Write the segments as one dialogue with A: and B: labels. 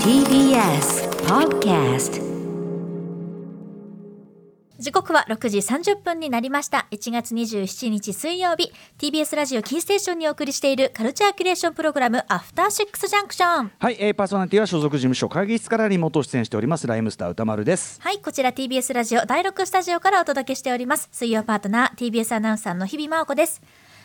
A: TBS Podcast
B: 時刻は6時30分になりました。1月27日水曜日、TBS ラジオキーステーションにお送りしているカルチャーキュレーションプログラム、アフターシックスジャンクション。
C: はい、えー、パーソナリティは所属事務所会議室からリモート出演しておりますライムスター歌丸です。
B: はい、こちら TBS ラジオ第6スタジオからお届けしております。水曜パートナー、TBS アナウンサーの日々真央子です。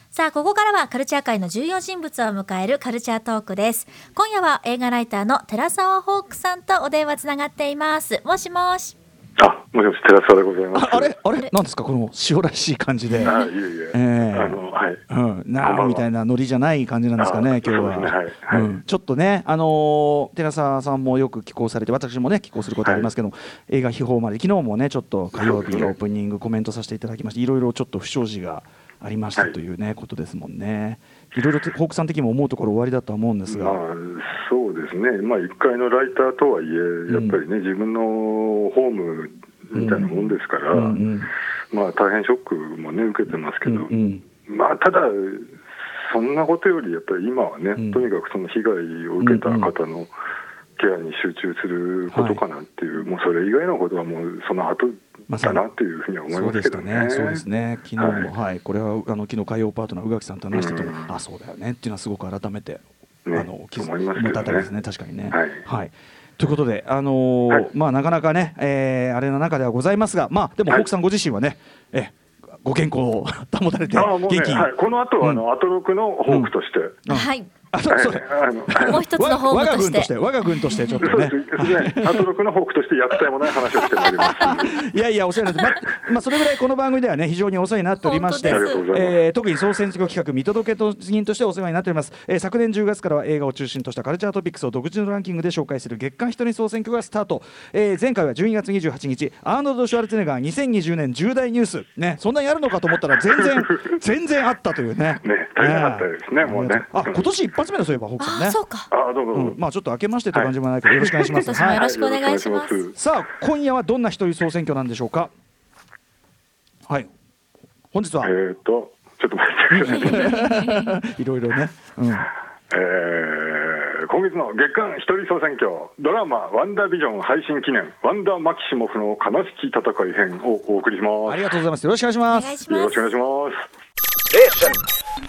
B: さあ、ここからはカルチャー界の重要人物を迎えるカルチャートークです。今夜は映画ライターの寺澤ホークさんとお電話つながっています。もしもし。
D: あ、もしもし、寺澤でございます
C: あ。あれあれなんですかこの塩らしい感じで。
D: あ、いえいえ。
C: えー
D: あの、はい。
C: うん、
D: こんばん
C: なあ
D: は
C: みたいなノリじゃない感じなんですかね、
D: あ
C: 今日は。
D: そうですねはいはい
C: うんちょっとね、あのー寺澤さんもよく寄稿されて、私もね、寄稿することありますけども、映画秘宝まで、昨日もね、ちょっと火曜日
D: そうです
C: の
D: ね
C: オープニング、コメントさせていただきまして、いろいろちょっと不祥事がありました
D: はい
C: というね、ことですもんね。いろいろと、ホークさん的にも思うところ、終わりだとは思うんです
D: まあ
C: が、、
D: そうですね。まあ、一回のライターとはいえ、やっぱりね、自分のホームみたいなもんですから、
C: うんうん
D: まあ、大変ショックもね、受けてますけ
C: う
D: ど、
C: んうん
D: まあ、ただ、そんなことより、やっぱり今はね、
C: ん
D: とにかくその被害を受けた方のケアに集中することかなっていう、もうそれ以外のことはもうその後
C: まさ
D: だ
C: に
D: なっていうふうには思い
C: そう
D: ま
C: ですし
D: け
C: た
D: ど
C: ね、
D: ね。
C: そうですね、昨日も、
D: はい
C: はい、これはあの昨日海洋パートナー宇垣さんと話してても、
D: うん
C: あ、そうだよねっていうのはすごく改めて、
D: ね
C: あの、
D: 思いますけどね
C: 持たたりですね、確かにね。
D: はい
C: ということで、あのー
D: はい
C: まあなかなかね、えーあれの中ではございますが、まあでも
D: はい
C: 奥さんご自身はね、えご健康を 保たれて
D: あもう
C: 元気
D: ね、
C: に。
D: はい、この後はあの、
C: う
D: アトロクのホークとして、
C: うん
B: はい。
C: あ、そうそう
D: はいあの
B: もう一つのホーム
C: わ我が
B: とし
C: 軍と
B: て
C: して、。我が軍としてちょっと
D: そう
C: ね
D: です。ね、アトロクのホークとして厄介もない話をしてまい ります。
C: いやいや、お世話になって、ま、まあ、それぐらいこの番組ではね、非常にお世話になっておりまして。
B: 本
D: 当ですありがとうございます
C: えー特に総選挙企画、見届けと人としてお世話になっております。えー昨年10月からは映画を中心としたカルチャートピックスを独自のランキングで紹介する月間一人総選挙がスタート。えー前回は12月28日、アーノルドシュワルツェネッガー2020年重大ニュース。ね、そんなにあるのかと思ったら、全 然、全然あったというね。
D: ね足りなかったですねもうね
C: あ、今年一発目のそういえば、ホークさん
B: あ
C: ね
B: あ、。そうか。
D: あ、どうぞ。
C: うん、まあ、ちょっと明けましてという感じもないけど、よろしくお願いします。
B: 今年もよろしくお願いしま
D: はいよろしくお願いし
B: す
D: ま。
C: さあ今夜はどんな一人総選挙なんでしょうかはい本日は
D: えっ、と、ちょっと待ってくださ い。
C: いろいろね、うん、
D: えー今月の月間一人総選挙ドラマ「ワンダービジョン」配信記念「ワンダーマキシモフの悲しき戦い編」をお送りしま
C: あ
D: す
C: りがとうございますよろしくお願いしま
B: お
C: す
B: 願いし
D: よ
B: ま
D: ろし
B: す
D: く。お願いします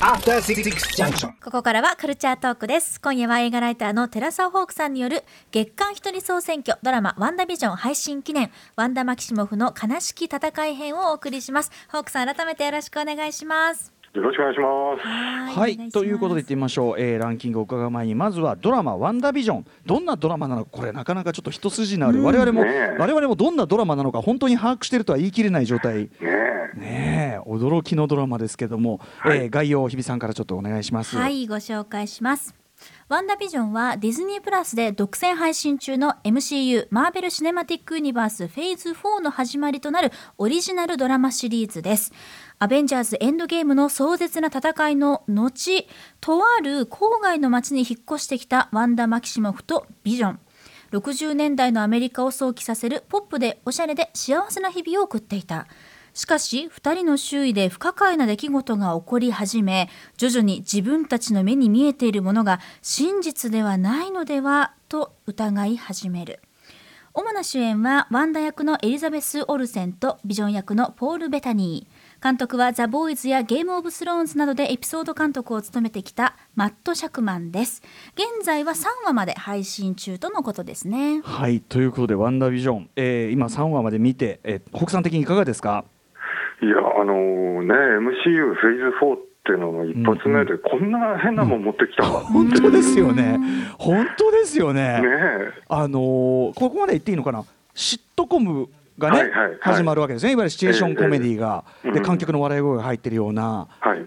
E: After Six Junction.
B: ここからはカルチャートークです。今夜は映画ライターの寺澤ホークさんによる月間一人総選挙ドラマワンダビジョン配信記念ワンダマキシモフの悲しき戦い編をお送りします。ホークさん改めてよろしくお願いします。
D: よろしくお願いします
B: はい
C: はい
B: お願します
C: ということでいってみましょう、えーランキングを伺う前にまずはドラマ「ワンダービジョン」どんなドラマなのかこれなかなかちょっと一筋縄で、我々も、
D: ねえ
C: 我々もどんなドラマなのか本当に把握してるとは言い切れない状態
D: ねえ
C: ねえ驚きのドラマですけども、えー概要を日比さんからちょっとお願いします。
B: はい、ご紹介します。ワンダビジョンはディズニープラスで独占配信中の MCU マーベル・シネマティック・ユニバースフェーズ4の始まりとなるオリジナルドラマシリーズです。アベンジャーズ・エンドゲームの壮絶な戦いの後、とある郊外の町に引っ越してきたワンダ・マキシモフとビジョン。60年代のアメリカを想起させるポップでおしゃれで幸せな日々を送っていた。しかし、2人の周囲で不可解な出来事が起こり始め、徐々に自分たちの目に見えているものが真実ではないのではと疑い始める。主な主演はワンダ役のエリザベス・オルセンとビジョン役のポール・ベタニー監督はザ・ボーイズやゲーム・オブ・スローンズなどでエピソード監督を務めてきたマット・シャクマンです現在は3話まで配信中とのことですね
C: はいということで「ワンダービジョン」えー今3話まで見て、えー、北さん的にいかがですか
D: いやあのーね MCU フェーズ4ってのの一発目でこんな変なもん持ってきたわ、
C: 本当ですよね本当ですよね
D: ね
C: あのーここまで言っていいのかなシットコムがね、
D: はいはいはい
C: 始まるわけですねいわゆるシチュエーションコメディが、
D: ええ
C: で
D: うん
C: 観客の笑い声が入ってるような
D: えはい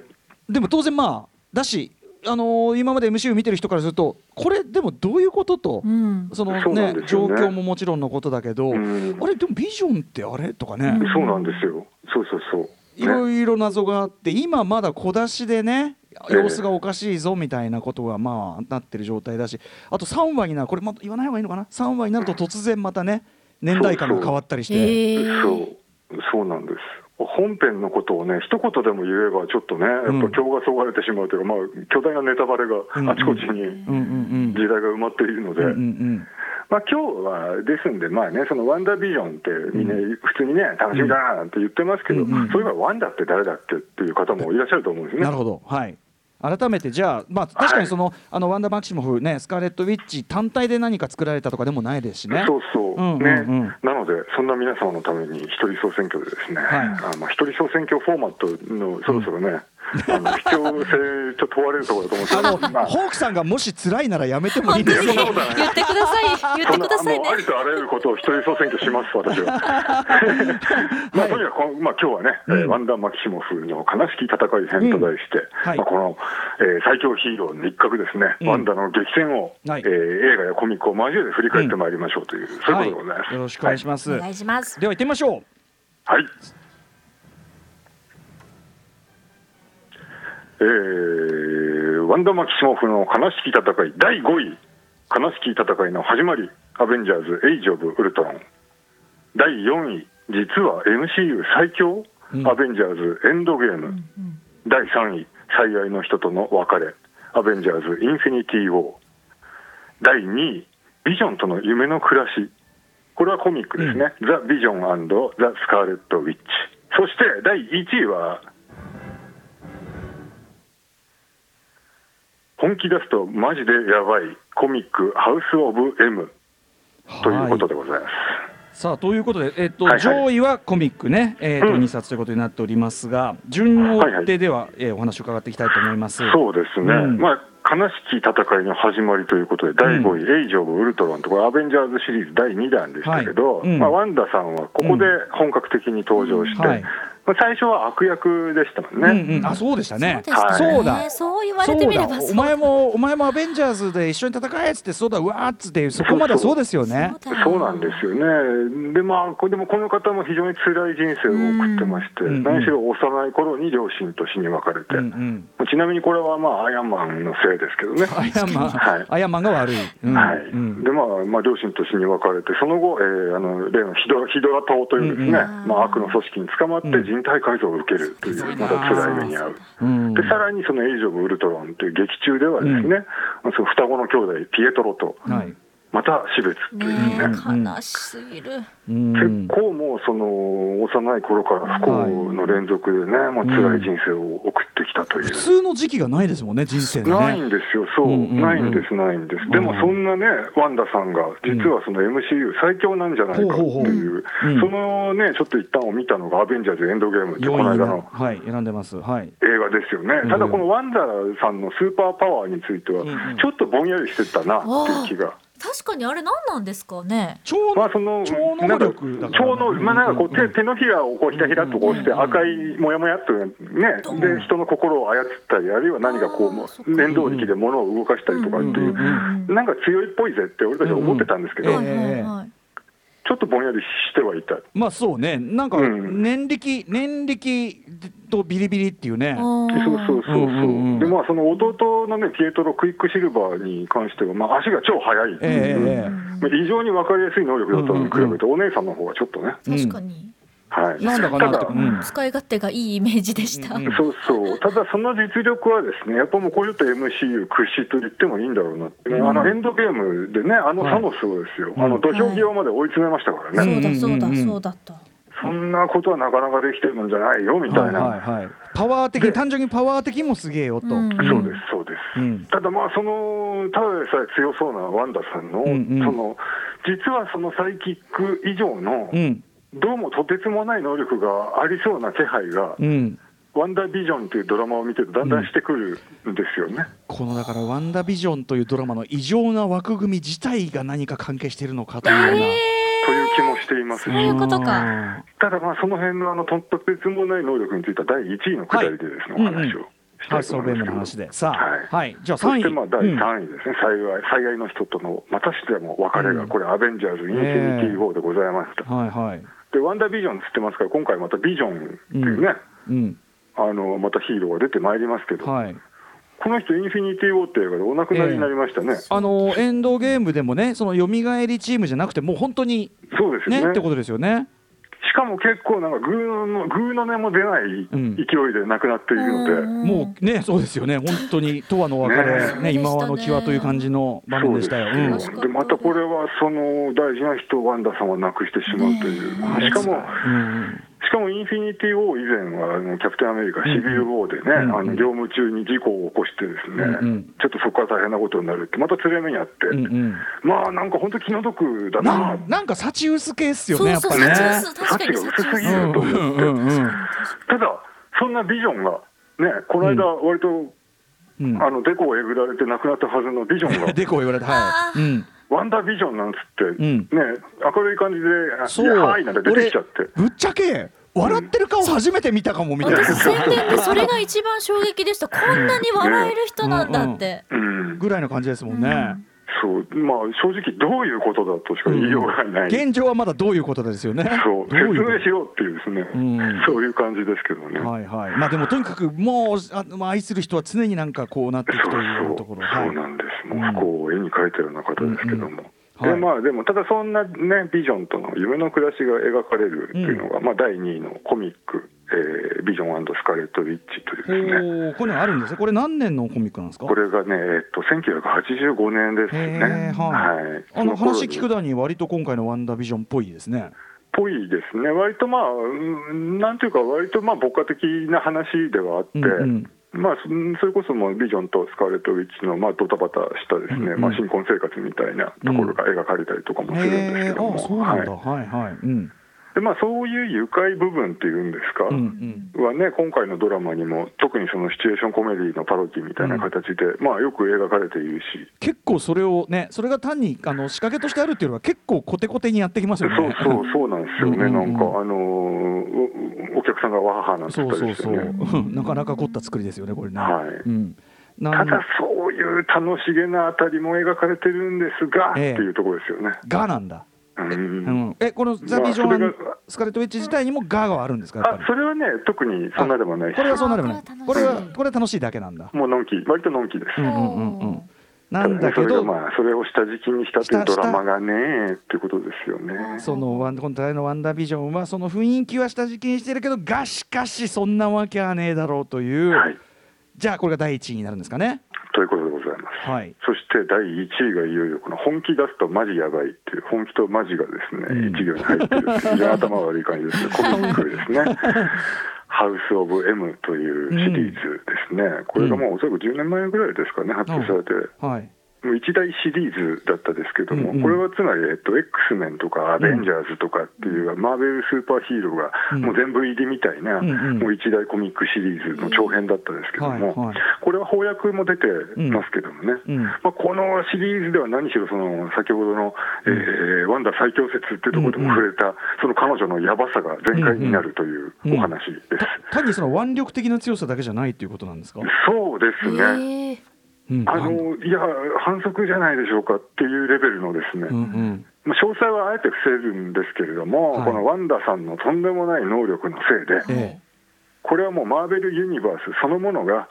C: でも当然まあだしあのー今まで MCU 見てる人からするとこれでもどういうことと、
B: うん
C: その
D: そうな
C: ね
D: んです
C: 状
D: よね
C: 況ももちろんのことだけど、
D: うん
C: あれでもビジョンってあれとかね、
D: そうなんですよそうそうそう
C: いろ
D: ね
C: いろ謎があって今まだ小出しでね
D: ええ
C: 様子がおかしいぞみたいなことがまあなってる状態だしあと3話になるこれま言わない方がいいのかな3話になると突然またね年代感が変わったりして
B: へえ
D: そうそうなんです本編のことをね、一言でも言えば、ちょっとね、やっぱ今日がそがれてしまうというか、まあ、巨大なネタバレがあちこちに
C: うんうん
D: 時代が埋まっているので、
C: うんうん
D: まあ今日は、ですんで、まあね、そのワンダービジョンって、みんな普通にね、楽しみだななんて言ってますけど、そういえばワンダって誰だっけっていう方もいらっしゃると思うんです
C: うん。
D: ね。
C: なるほど。はい。改めてじゃあ、まあ、確かにその、あのワンダーマキシモフね、スカーレットウィッチ単体で何か作られたとかでもないですしね。
D: そうそう、
C: うんうん
D: ね
C: うん
D: なので、そんな皆様のために、一人総選挙でですね、
C: はい
D: あまあ、一人総選挙フォーマットのそろそろね、あの必要性、ちょっと問われるところだと思うんです
C: あ
D: け
C: の、
D: ど、まあ
C: ホークさんがもし辛いならやめてもい
B: 本
C: いんで
B: 当
C: す
B: に
C: よ
B: 言。
D: そうだね
B: ってください言っ
D: そ
B: て
D: んな
B: くださいね
D: もうありとあらゆることを一人総選挙します、私 は。 まあ、とにかくこの、まあ、今日はね、えーワンダー・マキシモフの悲しき戦い編と題して、
C: はい
D: まあ、この、えー最強ヒーローの一角ですね、
C: うん
D: ワンダの激戦を、
C: はい
D: えー映画やコミックを交えて振り返ってまいりましょうという、そういうことでございます。
C: よろしくお願いします。
B: お願いします
C: では行ってみましょう。
D: はい。えー、ワンダ・マキシモフの悲しき戦い第5位、悲しき戦いの始まり、アベンジャーズ・エイジ・オブ・ウルトロン。第4位、実は MCU 最強、
C: うん
D: アベンジャーズ・エンドゲーム。第3位、最愛の人との別れ、アベンジャーズ・インフィニティ・ウォー。第2位、ビジョンとの夢の暮らし。これはコミックですね。ザ・ビジョンザ・スカーレット・ウィッチ。そして第1位は、本気出すとマジでやばいコミックハウス・オブ・ M ということでございます。
C: さあということで、えっと
D: はいはい
C: 上位はコミックね、えっと
D: うん
C: 2冊ということになっておりますが順を追ってでは、えーお話を伺っていきたいと思います。
D: そうですね。
C: うん
D: まあ悲しき戦いの始まりということで、第5位、エイジ・オブ・ウルトロンと、これ、アベンジャーズシリーズ第2弾でしたけど、
C: はいうん
D: まあ、ワンダさんはここで本格的に登場して、
C: はい
D: まあ、最初は悪役でしたもんね。
C: うんうん、あそうでした
B: そ
C: ね。
B: うでした
C: そう
B: ね
C: だ。
B: そう言われてみれば
C: そうだ
B: そ
C: お
B: うだ
C: 前もお前もアベンジャーズで一緒に戦えっつってそうだうわーっつってそこまではそうですよね。
B: そうだよ
D: そうなんですよね。で、まあ、こでもこの方も非常に辛い人生を送ってまして、
C: うん
D: 何しろ幼い頃に両親と死に別れて、
C: うんうん
D: ちなみにこれはまあ、アイアンマンのせいですけどね。
C: アイアンマン、
D: はい
C: アイアンマンが悪い。うん
D: はい
C: うん
D: で、まあ、まあ、両親と死に別れて、その後、えーあの例のヒドラヒドラ島というですね、
B: うんうん
D: まあ、悪の組織に捕まって
C: うん
D: 人体改造を受けるという、また辛い目に遭う。
C: うん
D: で、さらにそのエイジ・オブ・ウルトロンという劇中ではですね、その双子の兄弟、ピエトロと、
C: はい。
D: また死別という
B: ねえ
D: ね。
B: 悲しすぎる
C: うん
D: 結構もうその幼い頃から不幸の連続でね、もう辛い人生を送ってきたという。
C: 普通の時期がないですもんね人生の
D: ない
C: ね。
D: んですよ、そう、
C: うんうんうん
D: ないんです、ないんです、でもそんなね、ワンダさんが、実はその MCU 最強なんじゃないかって
C: ほうほうほう
D: いう、
C: うん
D: そのね、ちょっと一旦を見たのが、アベンジャーズ・エンドゲームって、この
C: 4位が
D: 間の
C: はい選んでます。はい。
D: 映画ですよね、ただこのワンダさんのスーパーパワーについては
C: んうん、
D: ちょっとぼんやりしてたなっていう気が。
B: 確かにあれ何なんですかね
C: 超
D: まあ、その
C: 超能力
D: な
C: だ
D: ん
C: か
D: から
C: ね
D: 超能力、まあ、なんかこう
C: うんうん
D: 手手のひらをこうひらひらっとこうして、
C: うんうんうん
D: 赤いもやもやっとね、で人の心を操ったり、あるいは何かこ
B: あーそっか
D: う、念動力で物を動かしたりとかってい
C: う
D: う
C: んうん、
D: なんか強いっぽいぜって、俺たちは思ってたんですけど、
C: うん
B: は
C: うん
B: い
C: ええ
B: はいはい
D: ちょっとぼんやりしてはいた。
C: まあそうねなんか
D: うん
C: 年力、年力とビリビリっていうね。
B: あー
D: そうそうそうそう、
C: うんうんうん
D: でまあその弟のねピエトロ・クイックシルバーに関しては、まあ、足が超速い、
C: えええ
D: まあ異常に分かりやすい能力だったのに比べて、お姉さんの方はちょっとね、
B: 確かに
D: はい、
C: えなんだかな
D: た
C: と。う
D: だ
C: ん
B: 使い勝手がいいイメージでした
C: うん
D: そうそう、ただその実力はですね、やっぱもうこれちょっと MCU 屈指と言ってもいいんだろうなって、あのエンドゲームでね、あのサノスをですよ、あの土俵際まで追い詰めましたからね、
B: そうだそう
C: うんうんう
B: だ
C: ん
B: そうだった
D: そんなことはなかなかできてるんじゃないよみたいな、
C: はいはいはい、パワー的に単純にパワー的にもすげえよと、
B: うん
D: そうです、そうです。
C: うん
D: ただまあそのただでさえ強そうなワンダさんの、
C: んうん
D: その実はそのサイキック以上の、
C: うん
D: どうもとてつもない能力がありそうな気配が、
C: うん、
D: ワンダービジョンというドラマを見てるとだんだんしてくるんですよね。
C: このだから「ワンダ・ビジョン」というドラマの異常な枠組み自体が何か関係しているのかというような、
D: という気もしていますし、
B: そういうことか
D: ただまあその辺のあのととてつもない能力については第1位のくだりでですね、
C: はい
D: お話をした
C: ハウ
D: い
C: ス・
D: と
C: オ
D: 思
C: ブ・
D: い
C: M の
D: ま
C: 話
D: すけど。
C: でさあ、
D: は
C: はいい、じゃあ
D: そ
C: 3
D: し
C: 位
D: てまあ第
C: うん
D: 3位ですね、最愛最愛の人とのまたしても別れが、
C: うん
D: これ、アベンジャーズ・インフィニティ・ウォーでございました。
C: はいはい
D: で、ワンダービジョンつってますから、今回またビジョンっていうね、
C: うん
D: あのまたヒーローが出てまいりますけど、
C: はい
D: この人、インフィニティ・ウォーっていう映画でお亡くなりになりましたね。
C: あのエンドゲームでもねその蘇りチームじゃなくてもう本当に
D: そうですよ
C: ね
D: ね
C: ってことですよね
D: しかも結構なんかグーのグーの音も出ない
C: うん
D: 勢いで亡くなっているので、
C: もうね、そうですよね、本当 に、とわの別れ、ね
B: ね
C: 今はの際という感じの場面でしたよ。うん
D: そうですでまたこれはその大事な人をワンダさんは亡くしてしまうという、
B: ね
D: しかも、
C: うん
D: しかもインフィニティ・ウォー以前はあのキャプテン・アメリカ、シビル・ウォーでね、
C: うん
D: あの業務中に事故を起こして、ですね、
C: うんうん
D: ちょっとそこから大変なことになるって、また連れ目にあって、
C: うんうん
D: まあなんか本当、気の毒だ
C: な
D: な、
C: なんか幸薄系っすよ
B: そ
C: ね、
B: う
C: やっ
B: そう
C: ぱ
B: 幸
C: り
B: 薄確かに
C: ね。
D: 価値が薄すぎ
C: う
D: る
C: ん
D: と思って
C: うんうん
D: ただ、そんなビジョンが、ね、この間、割と、
C: うん
D: あのデコをえぐられて亡くなったはずのビジョン
C: うん。
D: が
C: でこう言われて、
B: あ
C: はい。
B: ー
C: うん
D: ワンダービジョンなんつって、
C: ん
D: ね、明るい感じで、
C: そう、
D: いやはいなんて出てきちゃって
C: 俺、ぶっちゃけ、笑ってる顔初めて見たかもみたいな。
B: 私宣伝でそれが一番衝撃でしたこんなに笑える人なんだって、
D: うん、
C: ぐらいの感じですもんね。
D: そう、まあ、正直、どういうことだとしか言いようがない、
C: 現状はまだどういうことですよね。
D: そう
C: どうい
D: 説
C: うこ
D: 明
C: と
D: しろっていうですね、
C: ん
D: そういう感じですけどね。
C: はいはい。まあでもとにかくもうあまあ愛する人は常になんかこうなってい
D: そ
C: く
D: う
C: というようなと
D: そ
C: こ
D: う
C: ろ。
D: そうなんです、もう不幸を絵に描いたような方ですけども、
C: うんうんはい
D: でまあ、でも、ただそんな、ね、ビジョンとの夢の暮らしが描かれるっていうのが、まあ、第2位のコミック、えービジョンスカーレット・ウィッチというですね、
C: おお、これあるんですね。これ何年のコミックなんですか。
D: これがね、えっと、1985年です
C: へ
D: ね。
C: ーはい
D: はい。
C: あの
D: そ頃に
C: 話聞くだに割と今回のワンダービジョンっぽいですね。
D: ぽいですね。割とまあ、うんなんていうか、割とまあ、牧歌的な話ではあっ
C: う
D: て、
C: んうん
D: まあ、そそれこそもうビジョンとスカーレット・ウィッチの、まあ、ドタバタしたですね、
C: うんうん
D: まあ、新婚生活みたいなところが描かれたりとかもするんですけ
C: へえ、
D: ども、
C: あ、そうなんだ。
D: はい
C: はいはい。うん
D: でまあ、そういう愉快部分っていうんですか、
C: うんうん。
D: はね、今回のドラマにも、特にそのシチュエーションコメディのパロディみたいな形で、まあ、よく描かれているし、
C: 結構それをね、それが単にあの仕掛けとしてあるっていうのは結構コテコテにやってきますよね。
D: そうそう そうなんですよね、
C: うんうんうん
D: なんか、あのーおお客さんがわははなんて
C: そ
D: 言っ
C: う
D: た
C: そ
D: り
C: う
D: して
C: そ
D: ね、
C: う。なかなか凝った作りですよね、これね。
D: はい
C: うん。な
D: た
C: ん
D: だそういう楽しげなあたりも描かれてるんですが、
C: ええ
D: っていうところですよね。
C: がなんだ。
D: うん
C: うん。え、このザビジョ
D: まあそれ
C: ン
D: が
C: スカーレットウィッチ自体にもガがあるんですか。やっ
D: あ
C: ぱり
D: それはね、特にそんなでもないし
C: こ、れはそうなるもない
B: あー。
C: こ
B: こ
C: れ
B: れ
C: は
B: は楽しい
C: これは楽しいだけなんだ。
D: もうのんき、割とのんきです。
C: うんうんうんう
B: お
C: ん
B: ー。
C: なんだけ
D: ただねそれが
C: ど。
D: まあ、それを下敷きにしたというドラマがねっていうことですよね。
C: そのワン今回のワンダービジョンはその雰囲気は下敷きにしてるけどがしかしそんなわけはねえだろうという、
D: はい、
C: じゃあこれが第一位になるんですかね
D: ということでございます。
C: はい
D: そして第1位がいよいよこの本気出すとマジやばいっていう本気とマジがですね、一行に入ってるっていう非常に頭悪い感 じですねコミックですね「ハウス・オブ・ M」というシリーズですね、これがもうおそらく10年前ぐらいですかね発表されて、
C: はい
D: もう一大シリーズだったですけども、
C: うんうん
D: これはつまり、えっと、X メンとかアベンジャーズとかっていう、マーベルスーパーヒーローが
C: うん
D: もう全部入りみたいな、
C: んうん
D: もう一大コミックシリーズの長編だったんですけども、
C: はいはい
D: これは翻訳も出てますけどもね、
C: うん
D: まあ、このシリーズでは何しろその先ほどの、えーワンダ最強説っていうところでも触れた、その彼女のやばさが全開になるというお話です。
C: た単にその腕力的な強さだけじゃないということなんですか、
D: そうですね、
B: へえ
C: うん
D: あのいや、反則じゃないでしょうかっていうレベルのですね、
C: うんうん
D: まあ詳細はあえて伏せるんですけれども、
C: はい
D: このワンダさんのとんでもない能力のせいで、
C: え
D: これはもうマーベル・ユニバースそのものが、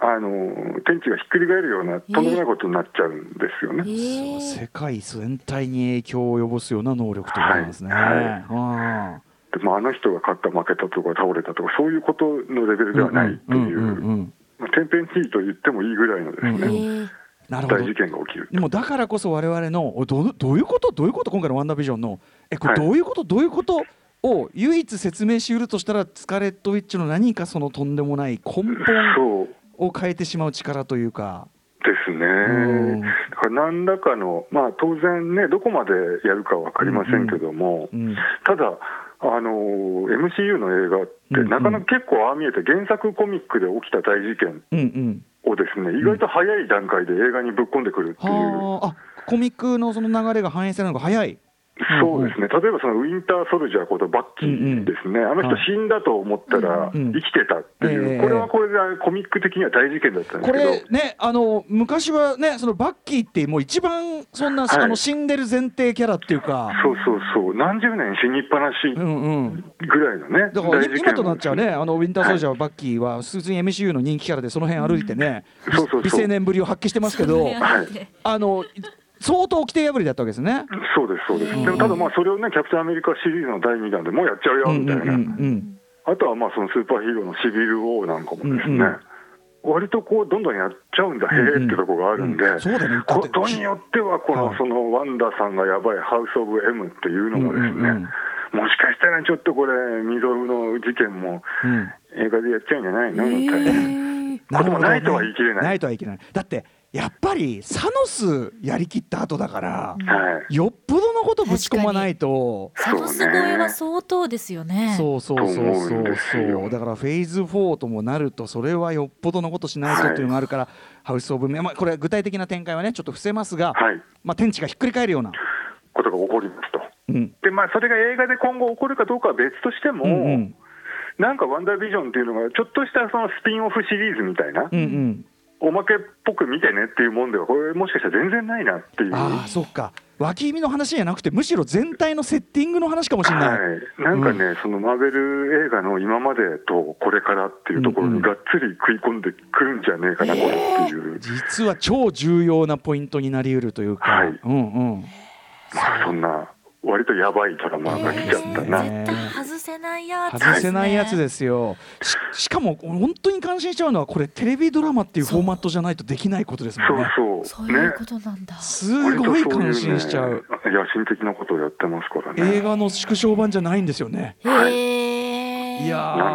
D: あの天地がひっくり返るようなとんでもないことになっちゃうんですよ
B: へ
D: ね。
C: え
B: え
C: 世界全体に影響を及ぼすような能力ということなんですね、
D: はいはい
C: あ
D: でもあの人が勝った、負けたとか、倒れたとか、そういうことのレベル
C: ー
D: ではないって
C: う
D: いう、
C: んうんうんうん
D: まあ天変地異と言ってもいいぐらいのですね、
C: うん
B: へえ
C: なるほ
D: 大
C: ど
D: 事件が起きる。
C: でもだからこそ我々のおどうどういうことどういうこと今回の「ワンダービジョンの」えこれ
D: はい
C: どういうこと、どういうことを唯一説明しうるとしたらスカーレット・ウィッチの何かそのとんでもない根本
D: そう
C: を変えてしまう力というか。
D: です
C: うん
D: ね、だから何らかの、まあ、当然ね、どこまでやるか分かりませんけども、
C: うん
D: ただ、あの MCU の映画っ
C: うんう
D: て、
C: ん
D: なかなか結構、ああ見えて、原作コミックで起きた大事件
C: うんうん、
D: をですね、意外と早い段階で映画にぶっ込んでくるっていう、
C: はああコミックのその流れが反映されるのが早い。あ
D: そうですね、例えばそのウィンターソルジャーことバッキーですね、あの人
C: はい、
D: 死んだと思ったら、
C: うん
D: 生きてたっていう、
C: ええ
D: これはこれでコミック的には大事件だったんです
C: こ
D: けど。
C: れねあの昔はねそのバッキーってもう一番そんな、
D: はい
C: あの死んでる前提キャラっていうか。
D: そうそうそう、何十年死にっぱなし
C: うんうん、
D: ぐらいのね、
C: だから
D: 大事件
C: 今となっちゃうね、あのウィンター・ソルジャー、バッキーは、普通に MCU の人気キャラで、その辺歩いてね
D: そうそうそう、
C: 美青年ぶりを発揮してますけど、
B: はい
C: あの相当規定破りだったわけですね。
D: そうです、そうです。でもただまあそれをね、キャプテンアメリカシリーズの第2弾でもうやっちゃうよ
C: うん
D: み
C: う
D: た
C: ん
D: い
C: うんう
D: な。
C: ん
D: あとはまあそのスーパーヒーローのシビル王なんかもですね、
C: うんうん
D: 割とこうどんどんやっちゃうんだ、へえってとこがあるんで、
C: うんそうだねだって
D: ことによっては、こ
C: は
D: の
C: い
D: そのワンダさんがやばいハウス・オブ・ M っていうのもですね、
C: うんうんうん
D: もしかしたらちょっとこれ、未曾有の事件も
C: うん
D: 映画でやっちゃうんじゃないのみたいな。
C: なるほどね
D: まあでもないとは言い切れない
C: ないとは言い切れない。だってやっぱりサノスやりきった後だから、
D: はい
C: よっぽどのことぶち込まないと。
D: そ
F: サ
D: うね
F: トス超えは相当ですよね。
C: そうそうそう
D: と思
C: そ
D: うん
C: う
D: です
C: そ
D: よ
C: うだからフェーズ4ともなるとそれはよっぽどのことしないとっていうのがあるから、ハウス・オブ・メンまあ、これ具体的な展開はねちょっと伏せますが、
D: はい
C: まあ、天地がひっくり返るような、
D: ことが起こりますと。
C: うん
D: でまあ、それが映画で今後起こるかどうかは別としても、
C: うんうん
D: なんか「ワンダービジョン」っていうのがちょっとしたそのスピンオフシリーズみたいな、
C: うんうん、
D: おまけっぽく見てねっていうもんではこれもしかしたら全然ないなっていう。
C: ああそっか脇意味の話じゃなくてむしろ全体のセッティングの話かもしれない。
D: はい、なんかね、そのマーベル映画の今までとこれからっていうところ
C: うんう
D: に
C: ん
D: がっつり食い込んでくるんじゃねえかな、これっていう、
C: 実は超重要なポイントになりうるというか、
D: はい
C: うんうん、
D: まあ、そんな、割とやばいドラマが来ちゃったな、
F: 絶対外せないやつですね。
C: 外せないやつですよししかも本当に感心しちゃうのはこれテレビドラマっていうフォーマットじゃないとできないことですもんね
D: そうそ、
F: そうういうことなんだ。
C: すごい
D: 割とそういう
C: 感心しちゃう
D: ね、野心的なことをやってますからね。
C: 映画の縮小版じゃないんですよね
F: へえ。
C: いや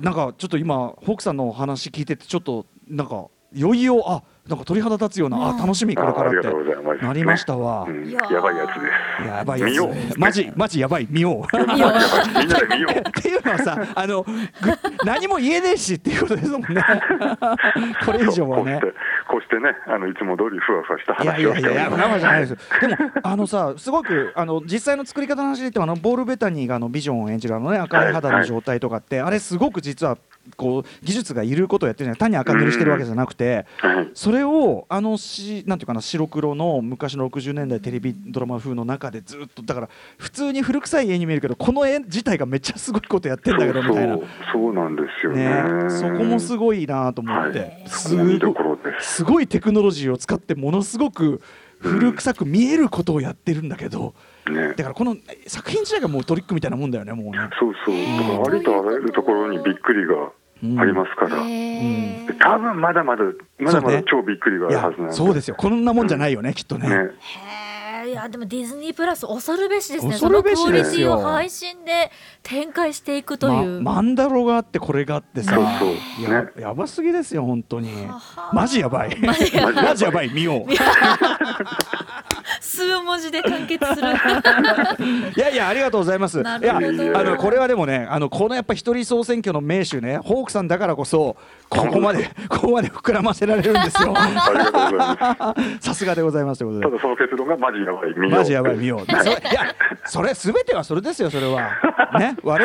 C: ーなんかちょっと今ホークさんのお話聞いててちょっとなんかいよいよあなんか鳥肌立つようなあ楽しみこれから
D: ああり
C: っ
D: がとうございます、
C: てなりましたわ
D: う、ん、
F: い
D: や
F: やー
D: ばいやつです。
C: やばいや
D: 見
C: つ
D: よう
C: マジマジやばい見よ う
F: いや
D: みんなで見よ う。
C: っていうのはさ、あのぐ何も言えねえしっていうことですもん ね。これ以上はね
D: こ。うして、こうしてね、あのいつも通りふわふわした
C: いやい
D: 話を
C: や
D: し
C: い
D: て
C: やい
D: おり
C: や、生
D: ます。
C: じゃないですよ。でも、あのさ、すごく、あの実際の作り方の話で言っても、あのボールベタニーがあのビジョンを演じる、あのね、赤い肌の状態とかって、あれすごく実は。こう技術がいることをやってるじゃない単に赤塗りしてるわけじゃなくて
D: はい
C: それをあのしなんていうかな白黒の昔の60年代テレビドラマ風の中でずっとだから普通に古臭い絵に見えるけどこの絵自体がめっちゃすごいことやってんだけどみたいな
D: そうそうそうなんですよね
C: ね、そこもす
D: ご
C: ごいなと思って、
D: はい
C: す
D: 見ど
C: ご
D: ころです
C: すごいテクノロジーを使ってものすごく古臭く見えることをやってるんだけど、
D: ね
C: だからこの作品自体がもうトリックみたいなもんだよねもうね。
D: そうそうだからありとあらゆるところにびっくりがありますから、
F: へー
D: 多分まだまだま
C: そ
D: だま
C: う
D: だ
C: ね
D: 超びっくりがあ
C: い
D: る
C: や
D: はずなんで
C: そうですよこんなもんじゃないよね、きっとね。
D: ね
F: へーいやでもディズニープラス恐るべしですね
C: 恐るべし
F: そのクオ
C: で
F: リ
C: すよ
F: ティを配信で展開していくという、
C: まマンダロがあってこれがあってさ、
D: そうそう
C: いや
D: ね
C: やばすぎですよ本当に
F: は
C: マジやばい
F: マジやばい
C: マジやばい見よう
F: 数文字で完結 する
C: いやいやありがとうございます。い
F: な
C: や
F: るほど
C: あのこれはでもねあのこのやっぱ一人総選挙の名手ねホークさんだからこそここまでここまで膨らませられるんで すよ。
D: ありがとうござ いますた
C: さすがでございますということ
D: だその結論がマジやばい
C: で。
D: 見よう
C: マジやばい 見よう。それいやそれすべてはそれですよそれはね我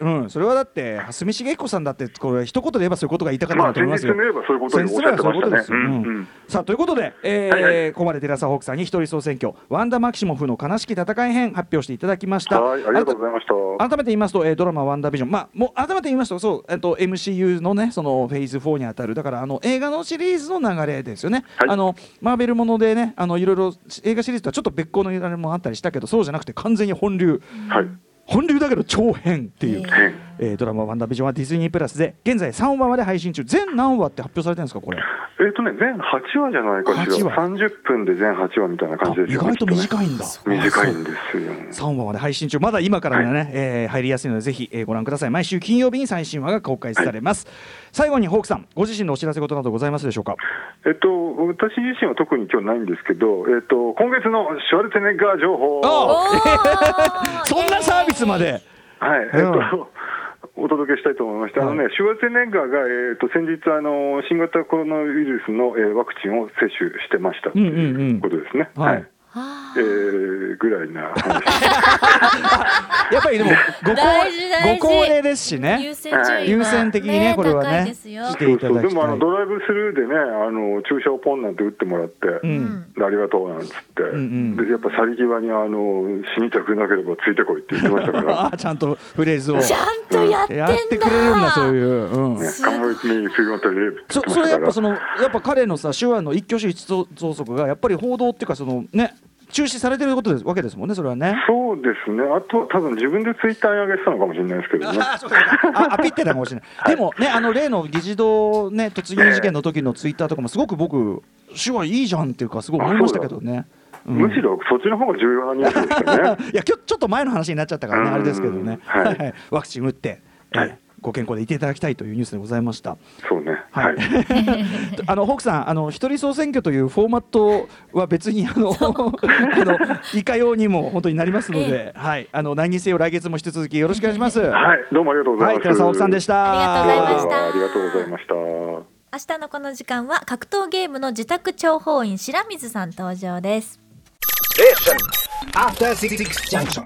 C: 々、うんそれはだって蓮見茂彦さんだってこれ一言で言えばそういうことが言いたかったんだと思いますよ。
D: まあ先日見ればそういうことにおっしゃってました
C: 先日見ればそういうこと
D: ね
C: ですよ
D: うん
C: う
D: うんん
C: さあということで、えー
D: はいはい
C: ここまでテラサホークさんに一人総選挙ワンダマキシモフの悲しき戦い編発表していただきました。
D: はいありがとうございました
C: 改めて言いますと、えードラマ「ワンダービジョン」まあ、もう改めて言いますとそう、えっと MCU の,、ね、そのフェーズ4にあたるだからあの映画のシリーズの流れですよね、
D: はい
C: あのマーベルものでねあのいろいろ映画シリーズとはちょっと別個のあれもあったりしたけどそうじゃなくて完全に本流
D: はい
C: 本流だけど超編っていう、
D: 変
C: えードラマ「ワンダービジョン」はディズニープラスで現在3話まで配信中全何話って発表されてるんですかこれ
D: えっ、とね全8話じゃないかし
C: 8
D: ら
C: 話
D: 30分で全8話みたいな感じです
C: 意
D: よね
C: 外と短いんだ
D: きっとね短いんですよ
C: 3話まで配信中まだ今からね、えー入りやすいのでぜひ、えーご覧ください毎週金曜日に最新話が公開されます、最後にホークさんご自身のお知らせ事などございますでしょうか
D: えっと、私自身は特に今日ないんですけど、えっと、今月のシュワルツェネッガー情報、
C: あ
F: お
D: は
F: ー
C: そんなサービスまで
D: い、えっと、お届けしたいと思いました。あのね、シュワルツェネッガーが、えっと、先日、あの、新型コロナウイルスの、えーワクチンを接種してましたって
C: うんうんう
D: い
C: ん
D: うことですね。
C: はい
D: はい。
F: あ
D: えーぐらいな 話
C: やっぱりでもご高
F: 大事大事
C: ご高齢ですし
F: 優
C: ね
F: 先順位が
D: 優
C: 先的にねこれはね
F: 高いですよ
C: し。て
D: そ
C: いうた
D: そう
C: だ
D: で
C: き
D: もあ
C: た
D: の
C: い
D: ドライブスルーでねあの注射をポンなんて打ってもらって、
C: ん
D: でありがとうなんつって、
C: ん
D: でやっぱ去り際にあの死にたくなければついてこいって言ってましたから。
C: あーちゃんとフレーズを
F: ちゃんとやってんだ。
C: やってくれるんだそういう、うん、
D: ね、カムイに水曜テレビ
C: そそれやっぱそのやっぱ彼のさ手話の一挙手一投足がやっぱり報道っていうかそのね中止されてることですわけですもんねそれはね。
D: そうですね、あと多分自分でツイッターに上げてたのかもしれないですけど ね、
C: あそうかああピってたかもしれない、でもねあの例の議事堂ね突入事件の時のツイッターとかもすごく僕手話いいじゃんっていうかすごい思いましたけどね。うん
D: むしろそっちの方が重要なニュースでし
C: い
D: たね。
C: や今日ちょっと前の話になっちゃったからね、
D: うん
C: あれですけどね、
D: はい
C: はいはいワクチン打って、えー
D: はい
C: ご健康でいていただきたいというニュースでございました。
D: そうね、
C: は
D: はいい、
C: あの北さん、あの一人総選挙というフォーマットは別 にあ のあのいかようにも本当になりますので、はい、あの何にせよ来月も引き続きよろしくお願いします。は
D: はい、どうもありがとうござ
C: い、
D: います。
C: 寺澤さんでし
F: あ
C: た。
F: りがとうございました
D: ありがとうございました。
F: 明日のこの時間は格闘ゲームの自宅諜報員白水さん登場です。
E: After Six Junction.